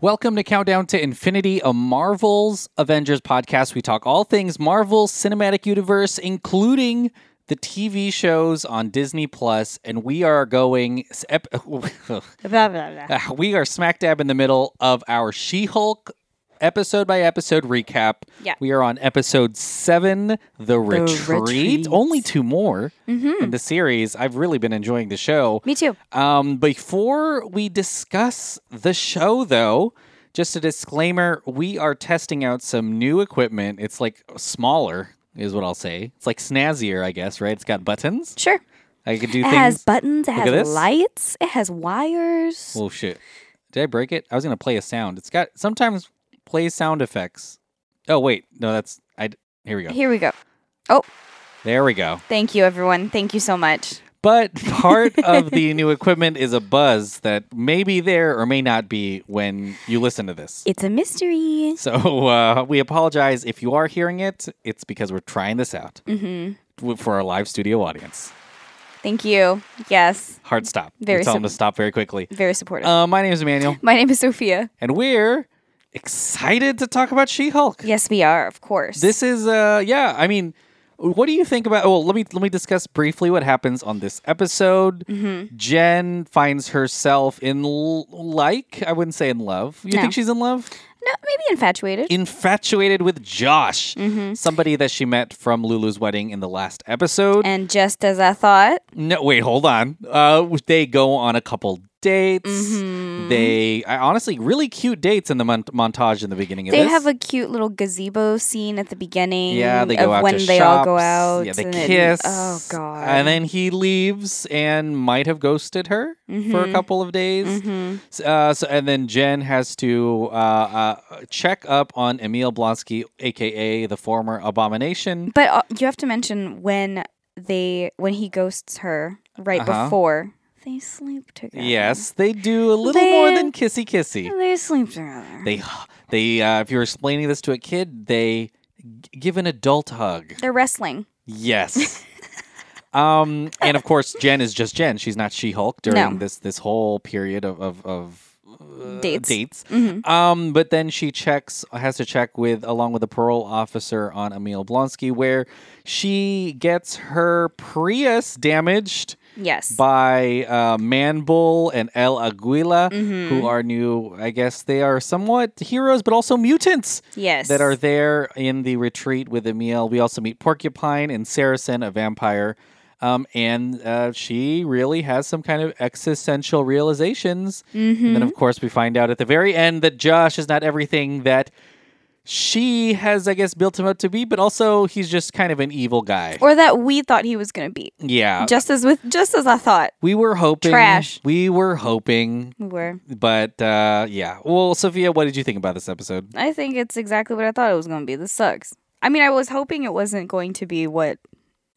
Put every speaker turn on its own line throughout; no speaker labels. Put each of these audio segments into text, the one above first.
Welcome to Countdown to Infinity, a Marvel's Avengers podcast. We talk all things Marvel Cinematic Universe, including the TV shows on Disney Plus, and we are going. s- ep-
Blah, blah, blah.
Uh, we are smack dab in the middle of our She Hulk episode by episode recap.
Yeah.
We are on episode seven, The Retreat.
Retreat.
Only two more in the series. I've really been enjoying the show.
Mm-hmm. Me too.
Um, before we discuss the show, though, just a disclaimer we are testing out some new equipment. It's like smaller, is what I'll say. It's like snazzier, I guess, right? It's got buttons.
Sure.
I could do
It
things.
has buttons. It
Look at
has
this.
lights. It has wires.
Oh shit! Did I break it? I was gonna play a sound. It's got sometimes plays sound effects. Oh wait, no, that's I. d- Here we go.
Here we go.
There we go.
Thank you, everyone. Thank you so much.
But part of the new equipment is a buzz that may be there or may not be when you listen to this.
It's a mystery.
So uh, we apologize if you are hearing it. It's because we're trying this out
hmm
w- for our live studio audience.
Thank you. Yes.
Hard stop. We
Very
tell them to
sim-
stop very quickly.
Very supportive.
Uh, my name is Emmanuel,
My name is Sophia.
and we're excited to talk about She-Hulk.
Yes, we are, of course.
This is uh yeah, I mean, what do you think about well, let me let me discuss briefly what happens on this episode.
Mm-hmm.
Jen finds herself in l- like, I wouldn't say in love. You
No.
think she's in love?
no, maybe infatuated.
Infatuated with Josh,
Mm-hmm.
somebody that she met from Lulu's wedding in the last episode.
and just as I thought,
No, wait, hold on. Uh, they go on a couple dates.
Mm-hmm.
They I, honestly really cute dates in the mon- montage in the beginning of
they
this.
have a cute little gazebo scene at the beginning.
Yeah, they go
of
out
when
to
they all go
shops.
out.
Yeah, they
and then-
kiss.
oh god.
And then he leaves and might have ghosted her for
Mm-hmm.
a couple of days. S- Uh, so and then Jen has to uh, uh, check up on Emil Blonsky, aka the former Abomination.
But uh, you have to mention when they when he ghosts her right
Uh-huh.
before they sleep together.
Yes, they do a little more than kissy kissy.
they sleep together.
They they uh, if you're explaining this to a kid, they g- give an adult hug.
They're wrestling.
Yes. um, and of course, Jen is just Jen. She's not She Hulk during
No.
this this whole period of of, of uh,
Dates.
dates.
Mhm.
Um, but then she checks has to check with along with the parole officer on Emil Blonsky, where she gets her Prius damaged.
Yes.
By uh, Manbull and El Aguila,
Mhm.
who are new, I guess they are somewhat heroes, but also mutants
yes.
that are there in the retreat with Emil. We also meet Porcupine and Saracen, a vampire. Um, and uh, she really has some kind of existential realizations. And
Mm-hmm.
then, of course, we find out at the very end that Josh is not everything that she has, I guess, built him up to be, but also he's just kind of an evil guy.
or that we thought he was gonna be.
yeah.
Just as with just as I thought
we were hoping.
Trash.
We were hoping.
we were.
But uh, yeah. Well, Sophia, what did you think about this episode?
I think it's exactly what I thought it was gonna be. This sucks. I mean, I was hoping it wasn't going to be what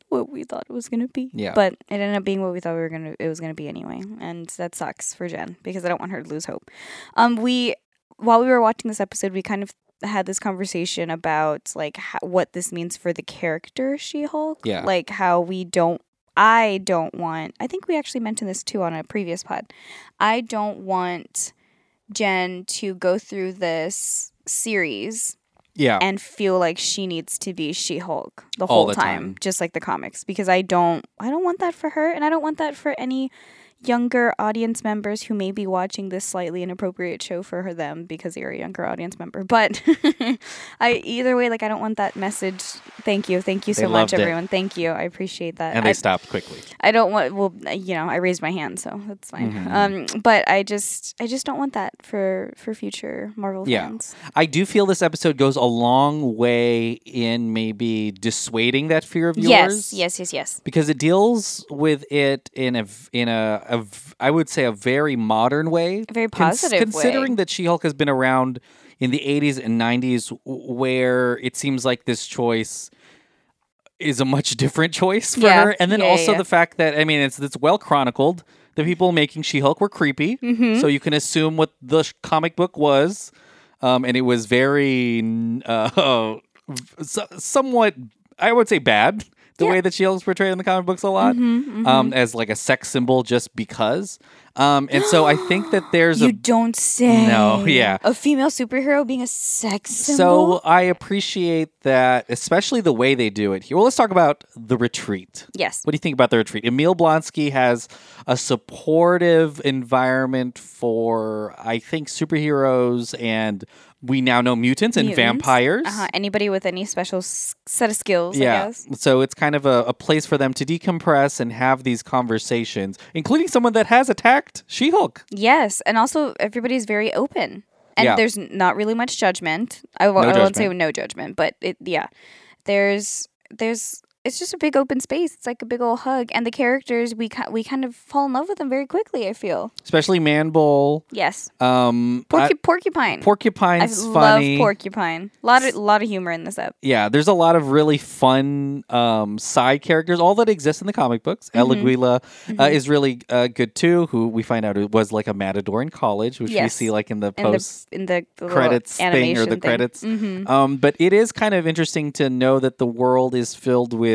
what we thought it was gonna be.
Yeah.
But it ended up being what we thought we were gonna it was gonna be anyway, and that sucks for Jen because I don't want her to lose hope. Um, we while we were watching this episode, we kind of had this conversation about like ho- what this means for the character She-Hulk.
Yeah.
Like how we don't. I don't want. I think we actually mentioned this too on a previous pod. I don't want Jen to go through this series
Yeah.
and feel like she needs to be She-Hulk the
All
whole
the
time,
time.
just like the comics because I don't I don't want that for her and I don't want that for any younger audience members who may be watching this slightly inappropriate show for her them because you're a younger audience member. But I either way like I don't want that message. Thank you. Thank you
They
so much
loved it.
everyone. Thank you. I appreciate that.
and
I-
they stopped quickly.
I don't want. Well, uh, you know, I raised my hand, so that's fine.
Mm-hmm.
Um, but I just, I just don't want that for for future Marvel
Yeah.
fans.
I do feel this episode goes a long way in maybe dissuading that fear of yours.
Yes, yes, yes, yes.
Because it deals with it in a v- in a, a v- I would say a very modern way,
A very
Cons-
positive
considering
way.
that She-Hulk has been around in the 80s and 90s, w- where it seems like this choice is a much different choice for
Yeah.
her, and then
Yeah, yeah,
also
yeah.
the fact that I mean it's it's well chronicled. The people making She-Hulk were creepy,
Mm-hmm.
so you can assume what the sh- comic book was, um, and it was very n- uh, so- somewhat I would say bad. the
Yeah. Mm-hmm,
way that she is portrayed in the comic books a lot um, as like a sex symbol just because. Um, and so I think that there's
You
a
don't say.
No, yeah.
A female superhero being a sex symbol.
so I appreciate that, especially the way they do it here. Well, let's talk about the retreat.
yes.
What do you think about the retreat? Emil Blonsky has a supportive environment for, I think, superheroes and we now know mutants and
Mutants.
vampires.
Uh-huh. Anybody with any special s- set of skills, I
Yeah.
guess.
So it's kind of a, a place for them to decompress and have these conversations, including someone that has attacked She Hulk.
Yes, and also everybody's very open, and
Yeah.
there's n- not really much judgment. I w-
No
I won't say
judgment.
no judgment, but it yeah, there's there's it's just a big open space. It's like a big old hug, and the characters we ki- we kind of fall in love with them very quickly. I feel
Especially Man Bull.
yes,
Um
Porcu-
I-
porcupine. I
Porcupine's
love
funny.
porcupine. lot of lot of humor in this app.
yeah, there's a lot of really fun um, side characters, all that exists in the comic books.
Mm-hmm.
El Aguila uh, is really uh, good too, who we find out was like a matador in college, which we
Yes.
see like in the
In
post.
the in the, the little
Credits thing or
animation
the credits.
Mhm.
Um, but it is kind of interesting to know that the world is filled with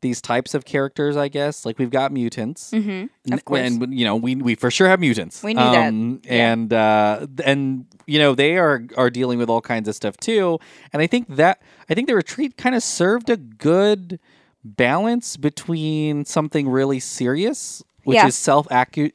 these types of characters, I guess. Like we've got mutants.
Mhm.
N-
Of course.
And you know, we we for sure have mutants. Um,
We knew that.
that. And uh, th- and you know, they are are dealing with all kinds of stuff too. And I think that I think the retreat kind of served a good balance between something really serious, which
Yeah. Mm-hmm.
is self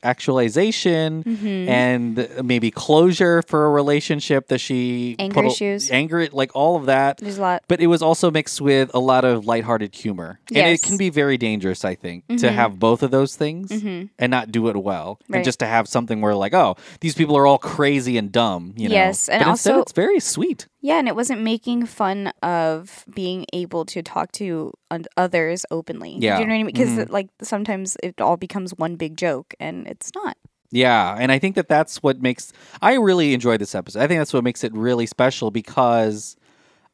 actualization and maybe closure for a relationship that she
Anger
put a-
issues.
anger like all of that.
There's a lot.
But it was also mixed with a lot of lighthearted humor. And it
Yes. Mm-hmm.
can be very dangerous, I think, to have both of those things and not do it well. And
Right.
just to have something where like, oh, these people are all crazy and dumb, you know.
Yes, and
but instead
also-
it's very sweet.
Yeah, and it wasn't making fun of being able to talk to un- others openly.
Yeah. Mm-hmm.
Do you know what I mean? Because like sometimes it all becomes one big joke, and it's not.
Yeah, and I think that that's what makes I really enjoy this episode. I think that's what makes it really special because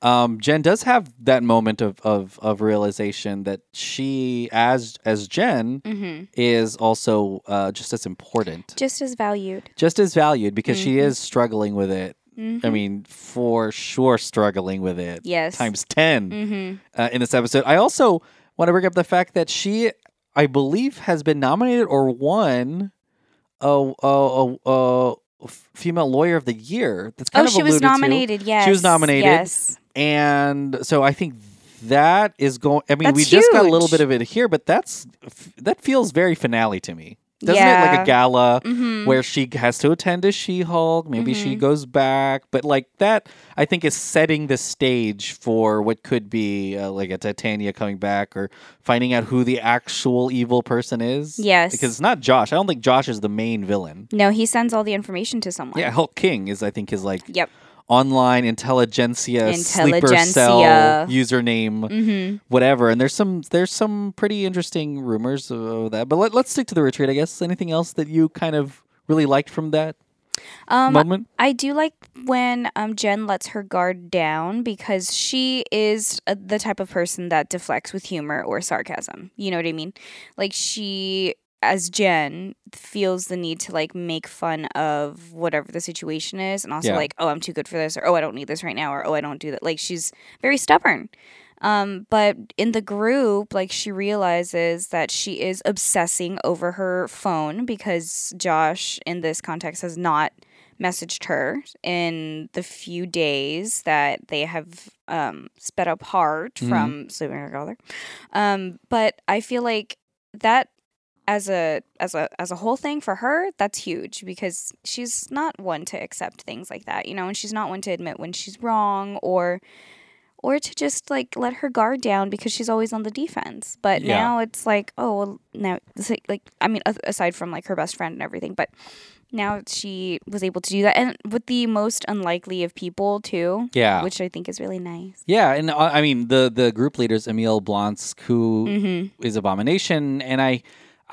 um, Jen does have that moment of, of of realization that she, as as Jen, is also uh, just as important,
Just as valued.
just as valued because she
Mm-hmm.
is struggling with it. I mean, for sure, struggling with it.
Yes. Mm-hmm.
times 10 uh, in this episode. I also want to bring up the fact that she, I believe, has been nominated or won a, a, a, a female lawyer of the year. That's kind
oh,
of
she was
alluded to.
nominated. Yes,
She was nominated.
Yes,
and so I think that is going. I mean, we
That's
just got a little
huge.
bit of it here, but that's that feels very finale to me. Doesn't it like a
Yeah.
gala
Mhm.
where she has to attend as She Hulk? Maybe
Mm-hmm.
she goes back, but like that, I think is setting the stage for what could be uh, like a Titania coming back or finding out who the actual evil person is.
Yes.
because it's not Josh. I don't think Josh is the main villain.
No, he sends all the information to someone.
Yeah, Hulk King is I think his like
Yep.
online intelligentsia, sleeper cell
Intelligentsia.
username
Mm-hmm.
whatever and there's some there's some pretty interesting rumors of, of that but let, let's stick to the retreat i guess anything else that you kind of really liked from that
Um,
moment
I do like when um, Jen lets her guard down because she is uh, the type of person that deflects with humor or sarcasm. You know what I mean? Like she, as Jen, feels the need to like make fun of whatever the situation is, and also
Yeah.
like, oh, I'm too good for this, or oh, I don't need this right now, or oh, I don't do that. Like she's very stubborn. Um, but in the group, like she realizes that she is obsessing over her phone because Josh, in this context, has not messaged her in the few days that they have um, sped apart from sleeping together. Um, but I feel like that as a as a as a whole thing for her that's huge because she's not one to accept things like that you know and she's not one to admit when she's wrong or or to just like let her guard down because she's always on the defense but
Yeah.
now it's like oh well now it's like, like i mean a- aside from like her best friend and everything but now she was able to do that and with the most unlikely of people too
yeah
which i think is really nice
yeah and uh, i mean the the group leaders emil blonsk who is
mm-hmm.
abomination and i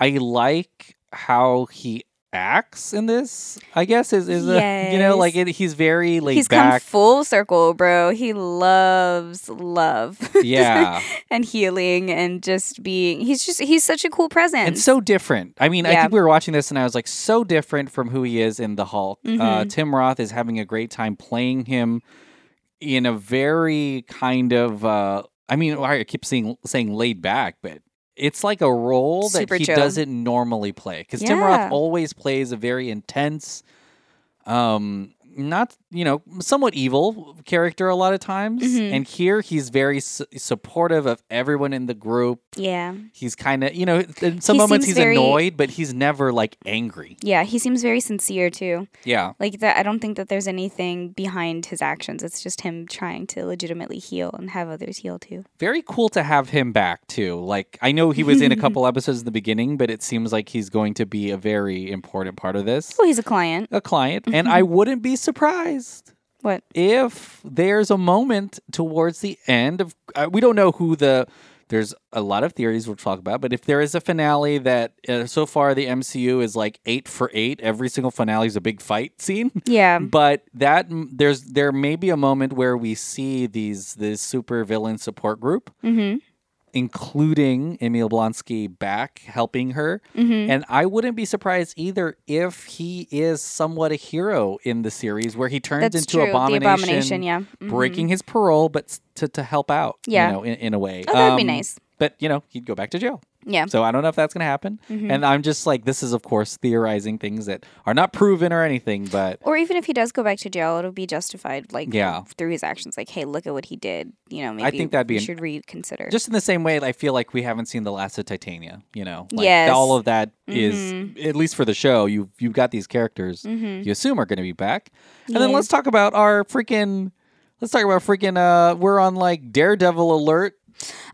i like how he acts in this i guess is is a, you know
Yes.
like it, he's very laid
he's come
back
full circle bro he loves love
yeah
and healing and just being he's just he's such a cool presence
and so different. I mean, I
Yeah.
think we were watching this, and I was like, so different from who he is in the Hulk. Uh,
Mhm.
Tim Roth is having a great time playing him in a very kind of uh, I mean, I keep seeing saying laid back, but it's like a role that
Super
he
chill.
doesn't normally play because Tim
Yeah.
Roth always plays a very intense, um, not you know, somewhat evil character a lot of times.
Mhm.
And here he's very su- supportive of everyone in the group.
Yeah.
He's kind of you know, in some
He
moments
seems
he's
very-
annoyed, but he's never like angry.
Yeah, he seems very sincere too.
Yeah,
Like that I don't think that there's anything behind his actions. It's just him trying to legitimately heal and have others heal too.
very cool to have him back too. Like I know he was in a couple episodes in the beginning, but it seems like he's going to be a very important part of this.
Oh, he's a client.
a client, and I wouldn't be surprised
What?
if there's a moment towards the end of. Uh, we don't know who the. There's a lot of theories we'll talk about, but if there is a finale that uh, so far the MCU is like eight for eight, every single finale is a big fight scene.
Yeah.
But that there's there may be a moment where we see these this super villain support group,
Mhm.
including Emil Blonsky back helping her,
Mhm.
and I wouldn't be surprised either if he is somewhat a hero in the series where he turns
That's
into
true.
Abomination,
the abomination, yeah. Mhm.
breaking his parole, but s- to, to help out,
Yeah.
you know, in, in a way.
Oh, that'd be
Um,
nice.
But, you know, he'd go back to jail.
Yeah.
So I don't know if that's going to happen.
Mm-hmm.
And I'm just like, this is, of course, theorizing things that are not proven or anything, but
Or even if he does go back to jail, it'll be justified, like
Yeah.
through his actions. Like, hey, look at what he did. You know, maybe
think that'd be
we
an-
should reconsider.
just in the same way, I feel like we haven't seen the last of Titania, you know? Like,
Yes.
All of that is
Mhm.
at least for the show, you've, you've got these characters.
mm-hmm.
you assume are going to be back. And then
Yeah.
let's talk about our freaking. Let's talk about freaking. Uh, we're on like Daredevil alert.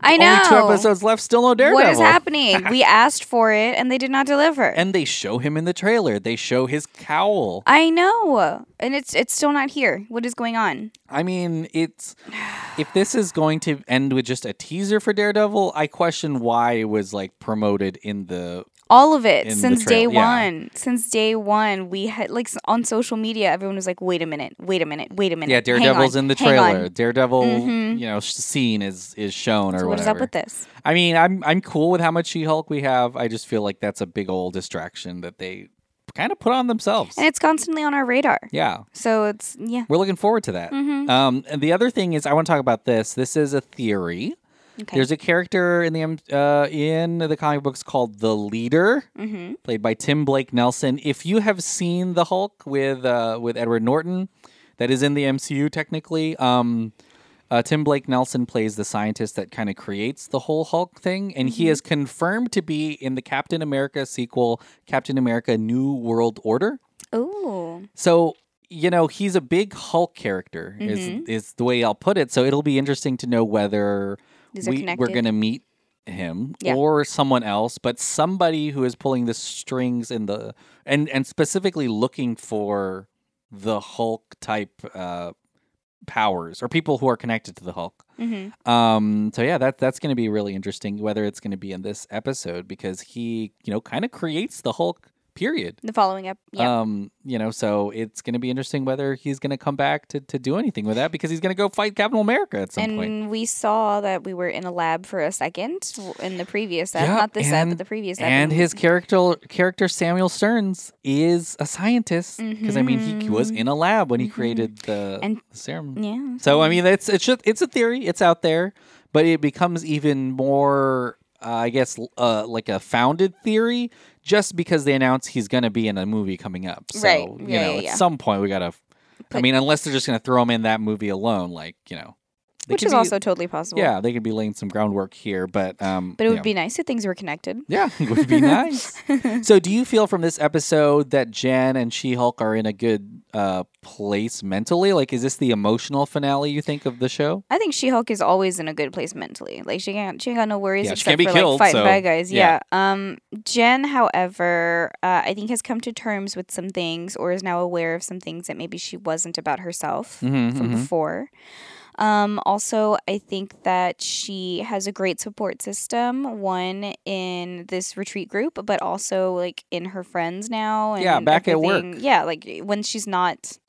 I know.
Only two episodes left. Still no Daredevil.
What is happening? we asked for it, and they did not deliver.
And they show him in the trailer. They show his cowl.
I know, and it's it's still not here. What is going on?
I mean, it's if this is going to end with just a teaser for Daredevil, I question why it was like promoted in the
All of it
In the
since day
trail- yeah.
one. Since day one, we had like s- on social media, everyone was like, "Wait a minute! Wait a minute! Wait a minute!"
yeah
hang
Daredevil's
on,
in the
hang on."
trailer. Daredevil,
Mhm.
you know, sh- scene is is shown or
So
whatever.
what is up with this?
I mean, I'm I'm cool with how much She-Hulk we have. I just feel like that's a big old distraction that they kind of put on themselves.
And it's constantly on our radar.
Yeah,
So it's yeah.
we're looking forward to that.
Mm-hmm.
Um, and the other thing is, I want to talk about this. This is a theory.
Okay.
There's a character in the M- uh, in the comic books called the Leader,
mm-hmm.
played by Tim Blake Nelson. If you have seen the Hulk with uh, with Edward Norton, that is in the MCU technically. Um, uh, Tim Blake Nelson plays the scientist that kind of creates the whole Hulk thing, and
Mm-hmm.
he is confirmed to be in the Captain America sequel, Captain America: New World Order.
Oh.
So you know he's a big Hulk character, is
Mm-hmm.
is the way I'll put it. So it'll be interesting to know whether
These are
we, we're
connected.
going to meet him
Yeah.
or someone else, but somebody who is pulling the strings in the and and specifically looking for the Hulk type uh, powers or people who are connected to the Hulk.
Mm-hmm.
Um, so yeah, that that's going to be really interesting. Whether it's going to be in this episode because he you know kind of creates the Hulk. Period.
The following up. Yeah.
Um, you know, so it's going to be interesting whether he's going to come back to, to do anything with that because he's going to go fight Captain America at some
and
point.
we saw that we were in a lab for a second w- in the previous set,
Yeah,
not this set,
and-
but the previous set.
And his character character Samuel Stearns is a scientist because I mean he, he was
Mhm.
in a lab when he
Mhm.
created the,
And-
the serum.
yeah.
So I mean it's it's just, it's a theory, it's out there, but it becomes even more uh, I guess l- uh, like a founded theory just because they announce he's going to be in a movie coming up. So,
Right.
you
Yeah,
know,
yeah,
at
yeah.
some point we got to I
Put-
mean unless they're just going to throw him in that movie alone like, you know. they
which
could
is
be-
also totally possible.
Yeah, they could be laying some groundwork here, but um
But it would
yeah.
be nice if things were connected.
Yeah, it would be nice. so, do you feel from this episode that Jen and She Hulk are in a good uh, place mentally? Like, is this the emotional finale you think of the show?
I think She Hulk is always in a good place mentally. Like she can't, she ain't got no worries
Yeah, she can't
except
be
for
killed,
like fighting
so,
bad guys.
yeah.
Yeah. Um, Jen, however, uh, I think has come to terms with some things, or is now aware of some things that maybe she wasn't about herself.
Mm-hmm,
from before. Um, also, I think that she has a great support system, one in this retreat group, but also like in her friends now. And
Yeah, back at work.
everything. Yeah, like when she's not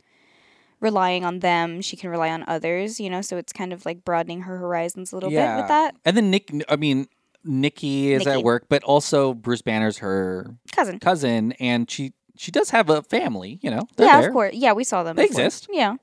relying on them, she can rely on others, you know, so it's kind of like broadening her horizons a little bit
Yeah.
with that.
And then Nick, I mean, Nikki is at
Nikki.
work, but also Bruce Banner's her
Cousin.
cousin, and she she does have a family. You know, They're
yeah,
there.
of course. Yeah, we saw them.
They
before.
exist.
Yeah.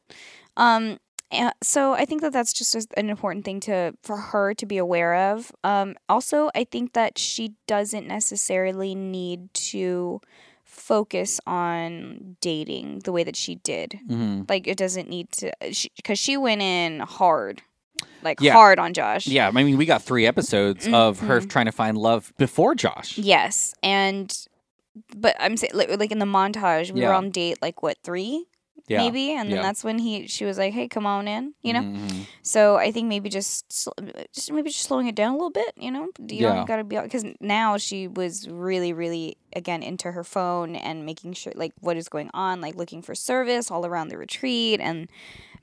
Um, And so I think that that's just as- an important thing to for her to be aware of. Um, also, I think that she doesn't necessarily need to focus on dating the way that she did.
hmm
Like it doesn't need to because she, went in hard, like
Yeah.
hard on Josh.
Yeah, I mean, we got three episodes of her
Mhm.
trying to find love before Josh.
Yes, and but I'm saying like, like in the montage we were
Yeah.
on date like what three
Yeah.
maybe, and then
Yeah.
that's when he she was like, hey, come on in, you know.
Mhm.
So I think maybe just, sl- just maybe just slowing it down a little bit. You know, you
Yeah.
don't gotta be because now she was really, really again into her phone and making sure like what is going on, like looking for service all around the retreat and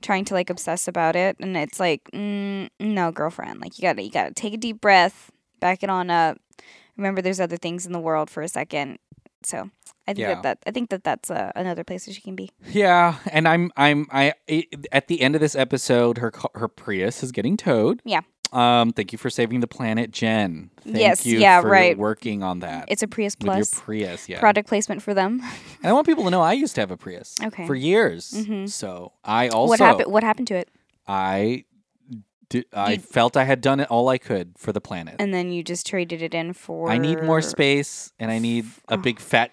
trying to like obsess about it. And it's like, mm, no, girlfriend, like you gotta you gotta take a deep breath, back it on up. Remember, there's other things in the world for a second. So I think
Yeah.
that, that I think that that's uh, another place that she can be.
Yeah, and I'm I'm I i- at the end of this episode, her ca- her Prius is getting towed.
Yeah.
Um, thank you for saving the planet, Jen. Thank
Yes,
you
yeah,
for
right.
working on that
It's a Prius
with your
Plus.
Prius. Yeah,
Product placement for them.
and I want people to know I used to have a Prius.
Okay.
For years,
Mhm.
so I also
what happened? What happened to it?
I did, I
You-
felt I had done it all I could for the planet.
and then you just traded it in for
I need more space, and I need a
Oh.
big fat.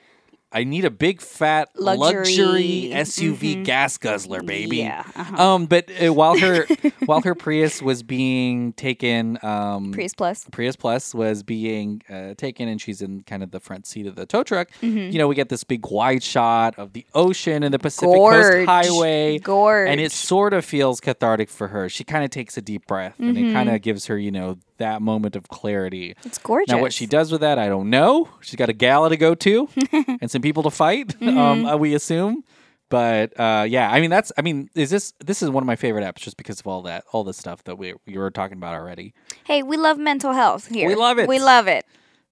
I need a big fat luxury,
Luxury.
SUV
Mhm.
gas guzzler, baby.
Yeah, uh-huh.
Um, but uh, while her while her Prius was being taken, um,
Prius Plus.
Prius Plus was being uh, taken, and she's in kind of the front seat of the tow truck.
Mhm.
You know, we get this big wide shot of the ocean and the Pacific
Gorge.
Coast Highway,
Gorge.
and it sort of feels cathartic for her. She kind of takes a deep breath, and it
Mhm.
kind of gives her, you know, that moment of clarity.
it's gorgeous.
Now, what she does with that, I don't know. She's got a gala to go to and some people to fight.
Mm-hmm.
Um, uh, we assume, but uh, yeah, I mean that's. I mean, is this this is one of my favorite apps just because of all that, all the stuff that we we were talking about already.
Hey, we love mental health here.
We love it.
We love it.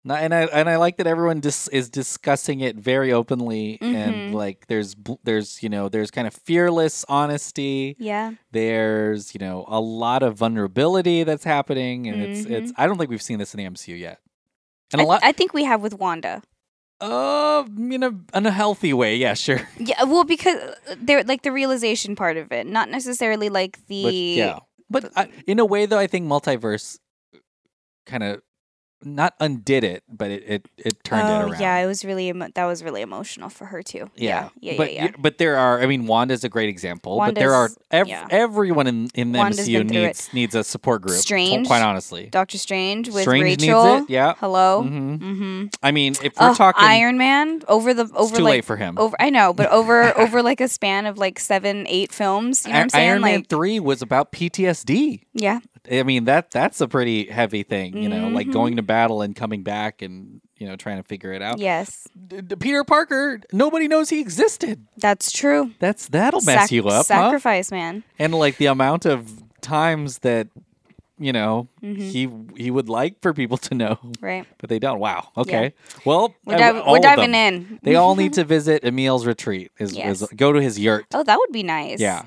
Not, and I and I like that everyone dis- is discussing it very openly and
Mhm.
like there's bl- there's you know there's kind of fearless honesty.
Yeah.
There's you know a lot of vulnerability that's happening, and it's
Mhm.
it's. I don't think we've seen this in the MCU yet. And
I,
a lot,
I think we have with Wanda.
uh, in a, in a healthy way, yeah, sure.
Yeah, well, because they're like the realization part of it, not necessarily like the
But yeah, but I, in a way, though, I think multiverse kind of not undid it, but it it, it turned
oh,
it around.
yeah, it was really emo- that was really emotional for her too.
Yeah.
yeah, yeah,
but
yeah. yeah.
y- but there are. I mean, Wanda's a great example. but there are
Wanda's-
ev-
yeah.
everyone in in the
Wanda's
MCU
been through it.
needs needs a support group. to-
Strange.
quite honestly,
Doctor Strange with
Strange
Rachel.
needs it. Yeah.
Hello.
Mhm.
Mm-hmm.
I mean, if we're
Ugh,
talking,
Iron Man over the over
it's too
like
late for him.
over I know, but over over like a span of like seven, eight films. You know what
I-
I'm saying?
Iron
like
Man three was about PTSD.
yeah.
I mean that that's a pretty heavy thing, you know, like
Mhm.
going to battle and coming back and you know trying to figure it out.
Yes.
D- d- Peter Parker, nobody knows he existed.
That's true.
That's that'll mess
Sac-
you up, huh?
Sacrifice man.
And like the amount of times that you know
Mhm.
he he would like for people to know,
Right.
but they don't. Wow. Okay. Well, uh,
We're, div- we're diving in.
They all need to visit Emil's retreat. Is, is
Yes.
go to his yurt.
Oh, that would be nice.
Yeah.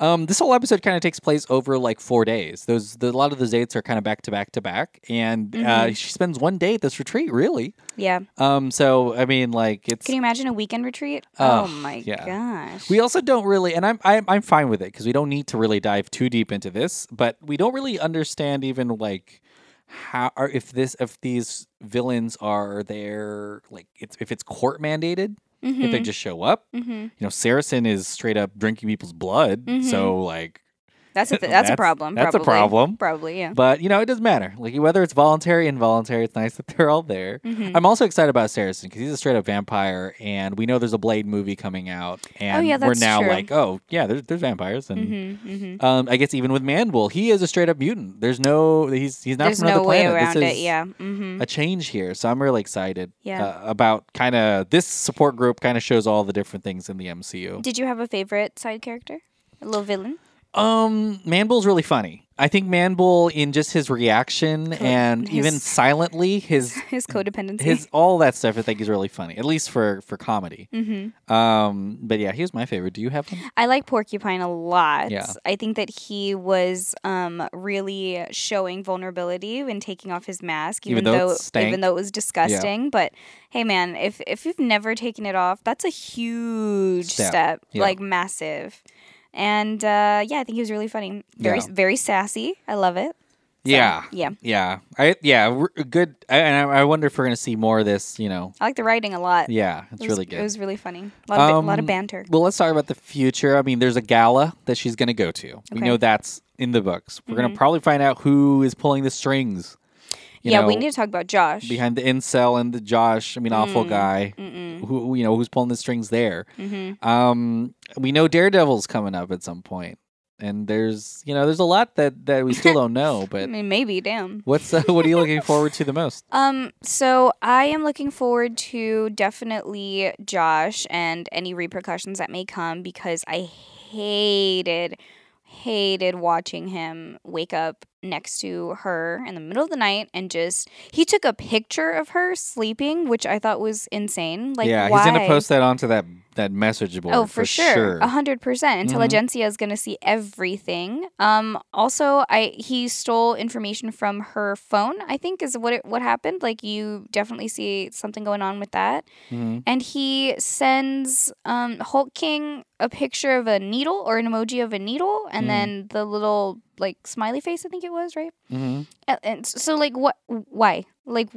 Um, this whole episode kind of takes place over like four days. Those the, a lot of the dates are kind of back to back to back, and uh,
Mm-hmm.
she spends one day at this retreat, really.
Yeah.
Um, so I mean, like it's
Can you imagine a weekend retreat?
Ugh,
oh my
yeah.
gosh.
We also don't really, and I'm I'm, I'm fine with it because we don't need to really dive too deep into this, but we don't really understand even like how or if this if these villains are there like it's if it's court mandated if they
Mhm.
just show up.
Mhm.
You know, Saracen is straight up drinking people's blood,
Mhm.
so like,
That's a th- that's,
That's-
a problem.
that's a
probably.
problem.
Probably yeah.
but you know, it doesn't matter. Like whether it's voluntary involuntary, it's nice that they're all there.
Mhm.
I'm also excited about Saracen because he's a straight up vampire, and we know there's a Blade movie coming out, and
Oh, yeah,
we're
that's
now
true.
like, oh yeah, there's there's vampires, and
Mhm. Mhm.
um, I guess even with Mandible, he is a straight up mutant. There's no he's he's not
There's
from another
no way
planet.
around
this
it.
is
Yeah. Mhm.
a change here, so I'm really excited
Yeah.
uh, about kind of this support group. Kind of shows all the different things in the MCU.
Did you have a favorite side character? A little villain?
Um, Manble's really funny. I think Manbull in just his reaction and
his-
even silently his
His codependency.
his all that stuff I think is really funny, at least for for comedy.
Mhm.
Um, but yeah, here's my favorite. Do you have one?
I like Porcupine a lot.
Yeah.
I think that he was um, really showing vulnerability when taking off his mask,
Even
even,
though it
though,
stank.
even though it was disgusting. But hey, man, if if you've never taken it off, that's a huge
Step.
step,
Yeah.
like massive. And uh, yeah, I think he was really funny. Very
Yeah.
very sassy. I love it. So,
yeah.
Yeah.
Yeah. I yeah, r- good I, and I I wonder if we're going to see more of this, you know.
I like the writing a lot.
Yeah, it's
It was-
really good.
It was really funny. A lot of, ba- a lot of
Um,
banter.
Well, let's talk about the future. I mean, there's a gala that she's going to go to. We
Okay. Mm-hmm.
know that's in the books. We're going to probably find out who is pulling the strings. You
Yeah,
know,
we need to Mm. talk about Josh.
behind the incel and the Josh. I mean, awful guy. Who you know who's pulling the strings there?
Mhm.
Um, we know Daredevil's coming up at some point, and there's you know there's a lot that that we still don't know.
I
But
mean, maybe, damn.
what's uh, what are you looking forward to the most?
Um, so I am looking forward to definitely Josh and any repercussions that may come because I hated, hated watching him wake up next to her in the middle of the night and just he took a picture of her sleeping, which I thought was insane. Like,
yeah,
why?
he's gonna post that onto that that message board.
Oh, for, sure, Mm-hmm. a hundred percent.
Mhm.
Intelligentsia is going to see everything. Um, also, I he stole information from her phone. I think is what it, what happened. Like you definitely see something going on with that.
Mhm.
And he sends um, Hulk King a picture of a needle or an emoji of a needle, and
Mm.
then the little like smiley face. I think it was right.
Mhm.
A- And s- so, like, what? Why? Like,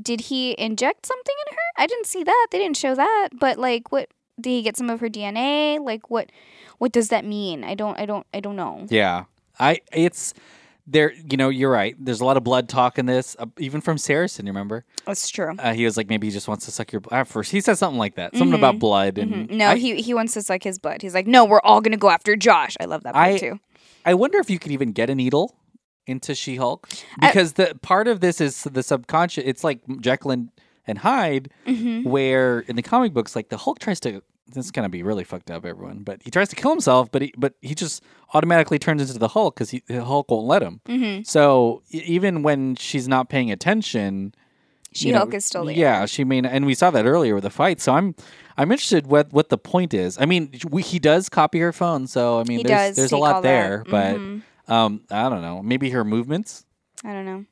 did he inject something in her? I didn't see that. They didn't show that. But like, what? Did he get some of her DNA? Like, what? What does that mean? I don't. I don't. I don't know.
Yeah, I it's there. You know, you're right. There's a lot of blood talk in this, uh, even from Saracen. You remember?
That's true.
Uh, he was like, maybe he just wants to suck your. Bl-. At first, he said something like that, something about blood. And
Mhm. Mm-hmm. No,
I-
he he wants to suck his blood. He's like, no, we're all gonna go after Josh. I love that part
I-
too.
I wonder if you could even get a needle into She Hulk
I-
because the part of this is the subconscious. It's like Jekyll and, and Hyde,
hmm
where in the comic books, like the Hulk tries to. This is gonna be really fucked up, everyone. But he tries to kill himself, but he but he just automatically turns into the Hulk because the Hulk won't let him.
hmm
So e- even when she's not paying attention,
She
you know,
Hulk is still there.
Yeah, she mean, and we saw that earlier with the fight. So I'm, I'm interested what what the point is. I mean, we, he does copy her phone, so I mean,
He
there's
does
there's a
take all
lot
that.
there, but
Mhm.
um, I don't know. Maybe her movements,
I don't know.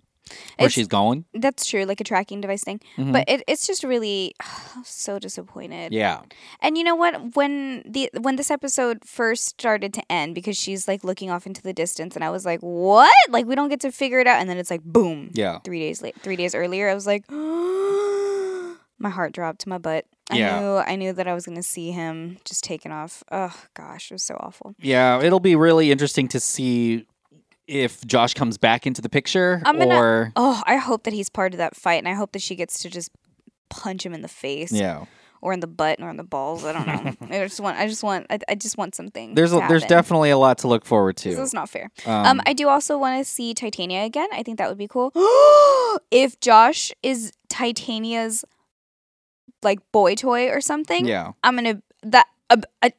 where
It's-
she's going.
That's true, like a tracking device thing.
Mhm.
But it, it's just really so disappointed.
Yeah,
And you know what? When the when this episode first started to end, because she's like looking off into the distance, and I was like, "What? Like we don't get to figure it out." And then it's like, boom.
yeah,
Three days late, three days earlier, I was like, my heart dropped to my butt. I
Yeah.
knew I knew that I was gonna see him just taken off. Oh gosh, it was so awful.
yeah. It'll be really interesting to see if Josh comes back into the picture,
I'm gonna-
or
Oh, I hope that he's part of that fight, and I hope that she gets to just punch him in the face
yeah.
or in the butt or in the balls. I don't know. I just want. I just want. I, I just want something.
There's
to
a, there's
happen.
definitely a lot to look forward to.
This is not fair.
Um,
Um, I do also want to see Titania again. I think that would be cool. if Josh is Titania's like boy toy or something,
yeah,
I'm gonna that. Uh, uh,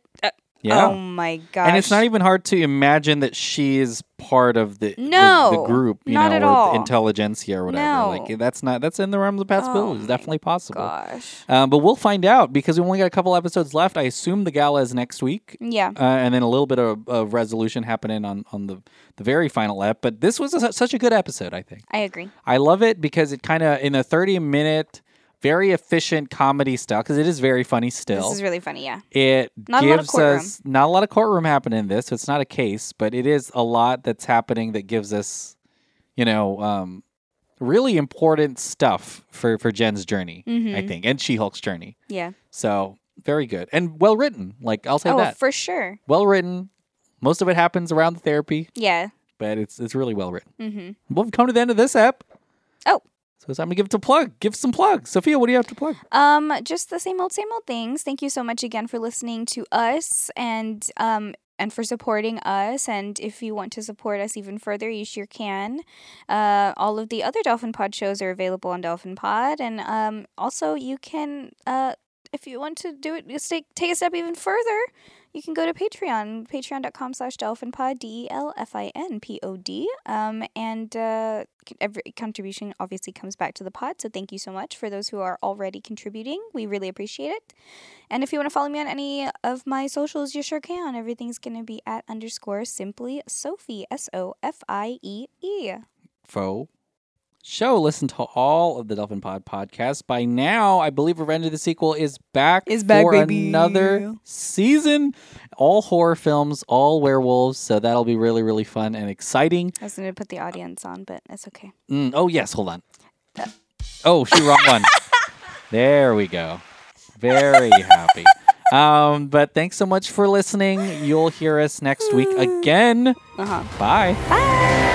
yeah.
Oh my gosh!
And it's not even hard to imagine that she is part of the the- the,
No,
group, you
not
know,
at
or
all.
the intelligentsia or whatever.
No. Oh
Like that's not that's in the realm of possibilities.
my
Definitely possible.
gosh.
Um, but we'll find out because we only got a couple episodes left. I assume the gala is next week,
Yeah.
uh, and then a little bit of, of resolution happening on on the the very final ep. But this was a, such a good episode. I think
I agree.
I love it because it kind of in the thirty minute. Very efficient comedy style because it is very funny still.
This is really funny. Yeah.
It
Not a lot of
gives
courtroom.
us not a lot of courtroom happening in this. so It's not a case, but it is a lot that's happening that gives us, you know, um, really important stuff for for Jen's journey, I
Mhm.
think, and She Hulk's journey.
Yeah.
So very good and well written. Like I'll say
Oh,
that
for sure.
well written. Most of it happens around the therapy,
Yeah.
but
but
it's it's really well written.
hmm
We've come to the end of this app.
Oh.
So it's time to give it a plug. Give some plugs. Sophia, what do you have to plug?
Um, just the same old, same old things. Thank you so much again for listening to us and um and for supporting us. And if you want to support us even further, you sure can. Uh, all of the other Dolphin Pod shows are available on Dolphin Pod, and um, also you can uh, if you want to do it, just take take a step even further. You can go to Patreon, patreon.com slash dolphinpod, D-E-L-F-I-N-P-O-D. Um, and uh, c- every contribution obviously comes back to the pod, so thank you so much for those who are already contributing. We really appreciate it. And if you want to follow me on any of my socials, you sure can. Everything's going to be at E underscore simply Sophie, S-O-F-I-E-E.
Faux show, listen to all of the Dolphin Pod podcasts. By now, I believe Revenge of the Sequel is back,
Is back,
for
baby.
another season. All horror films, all werewolves. So that'll be really, really fun and exciting.
I was going to put the audience on, but that's okay.
Mm, oh, yes, hold on. Oh, shoot, wrong one. there we go. Very happy. Um, but thanks so much for listening. You'll hear us next week again.
Uh huh.
Bye.
Bye.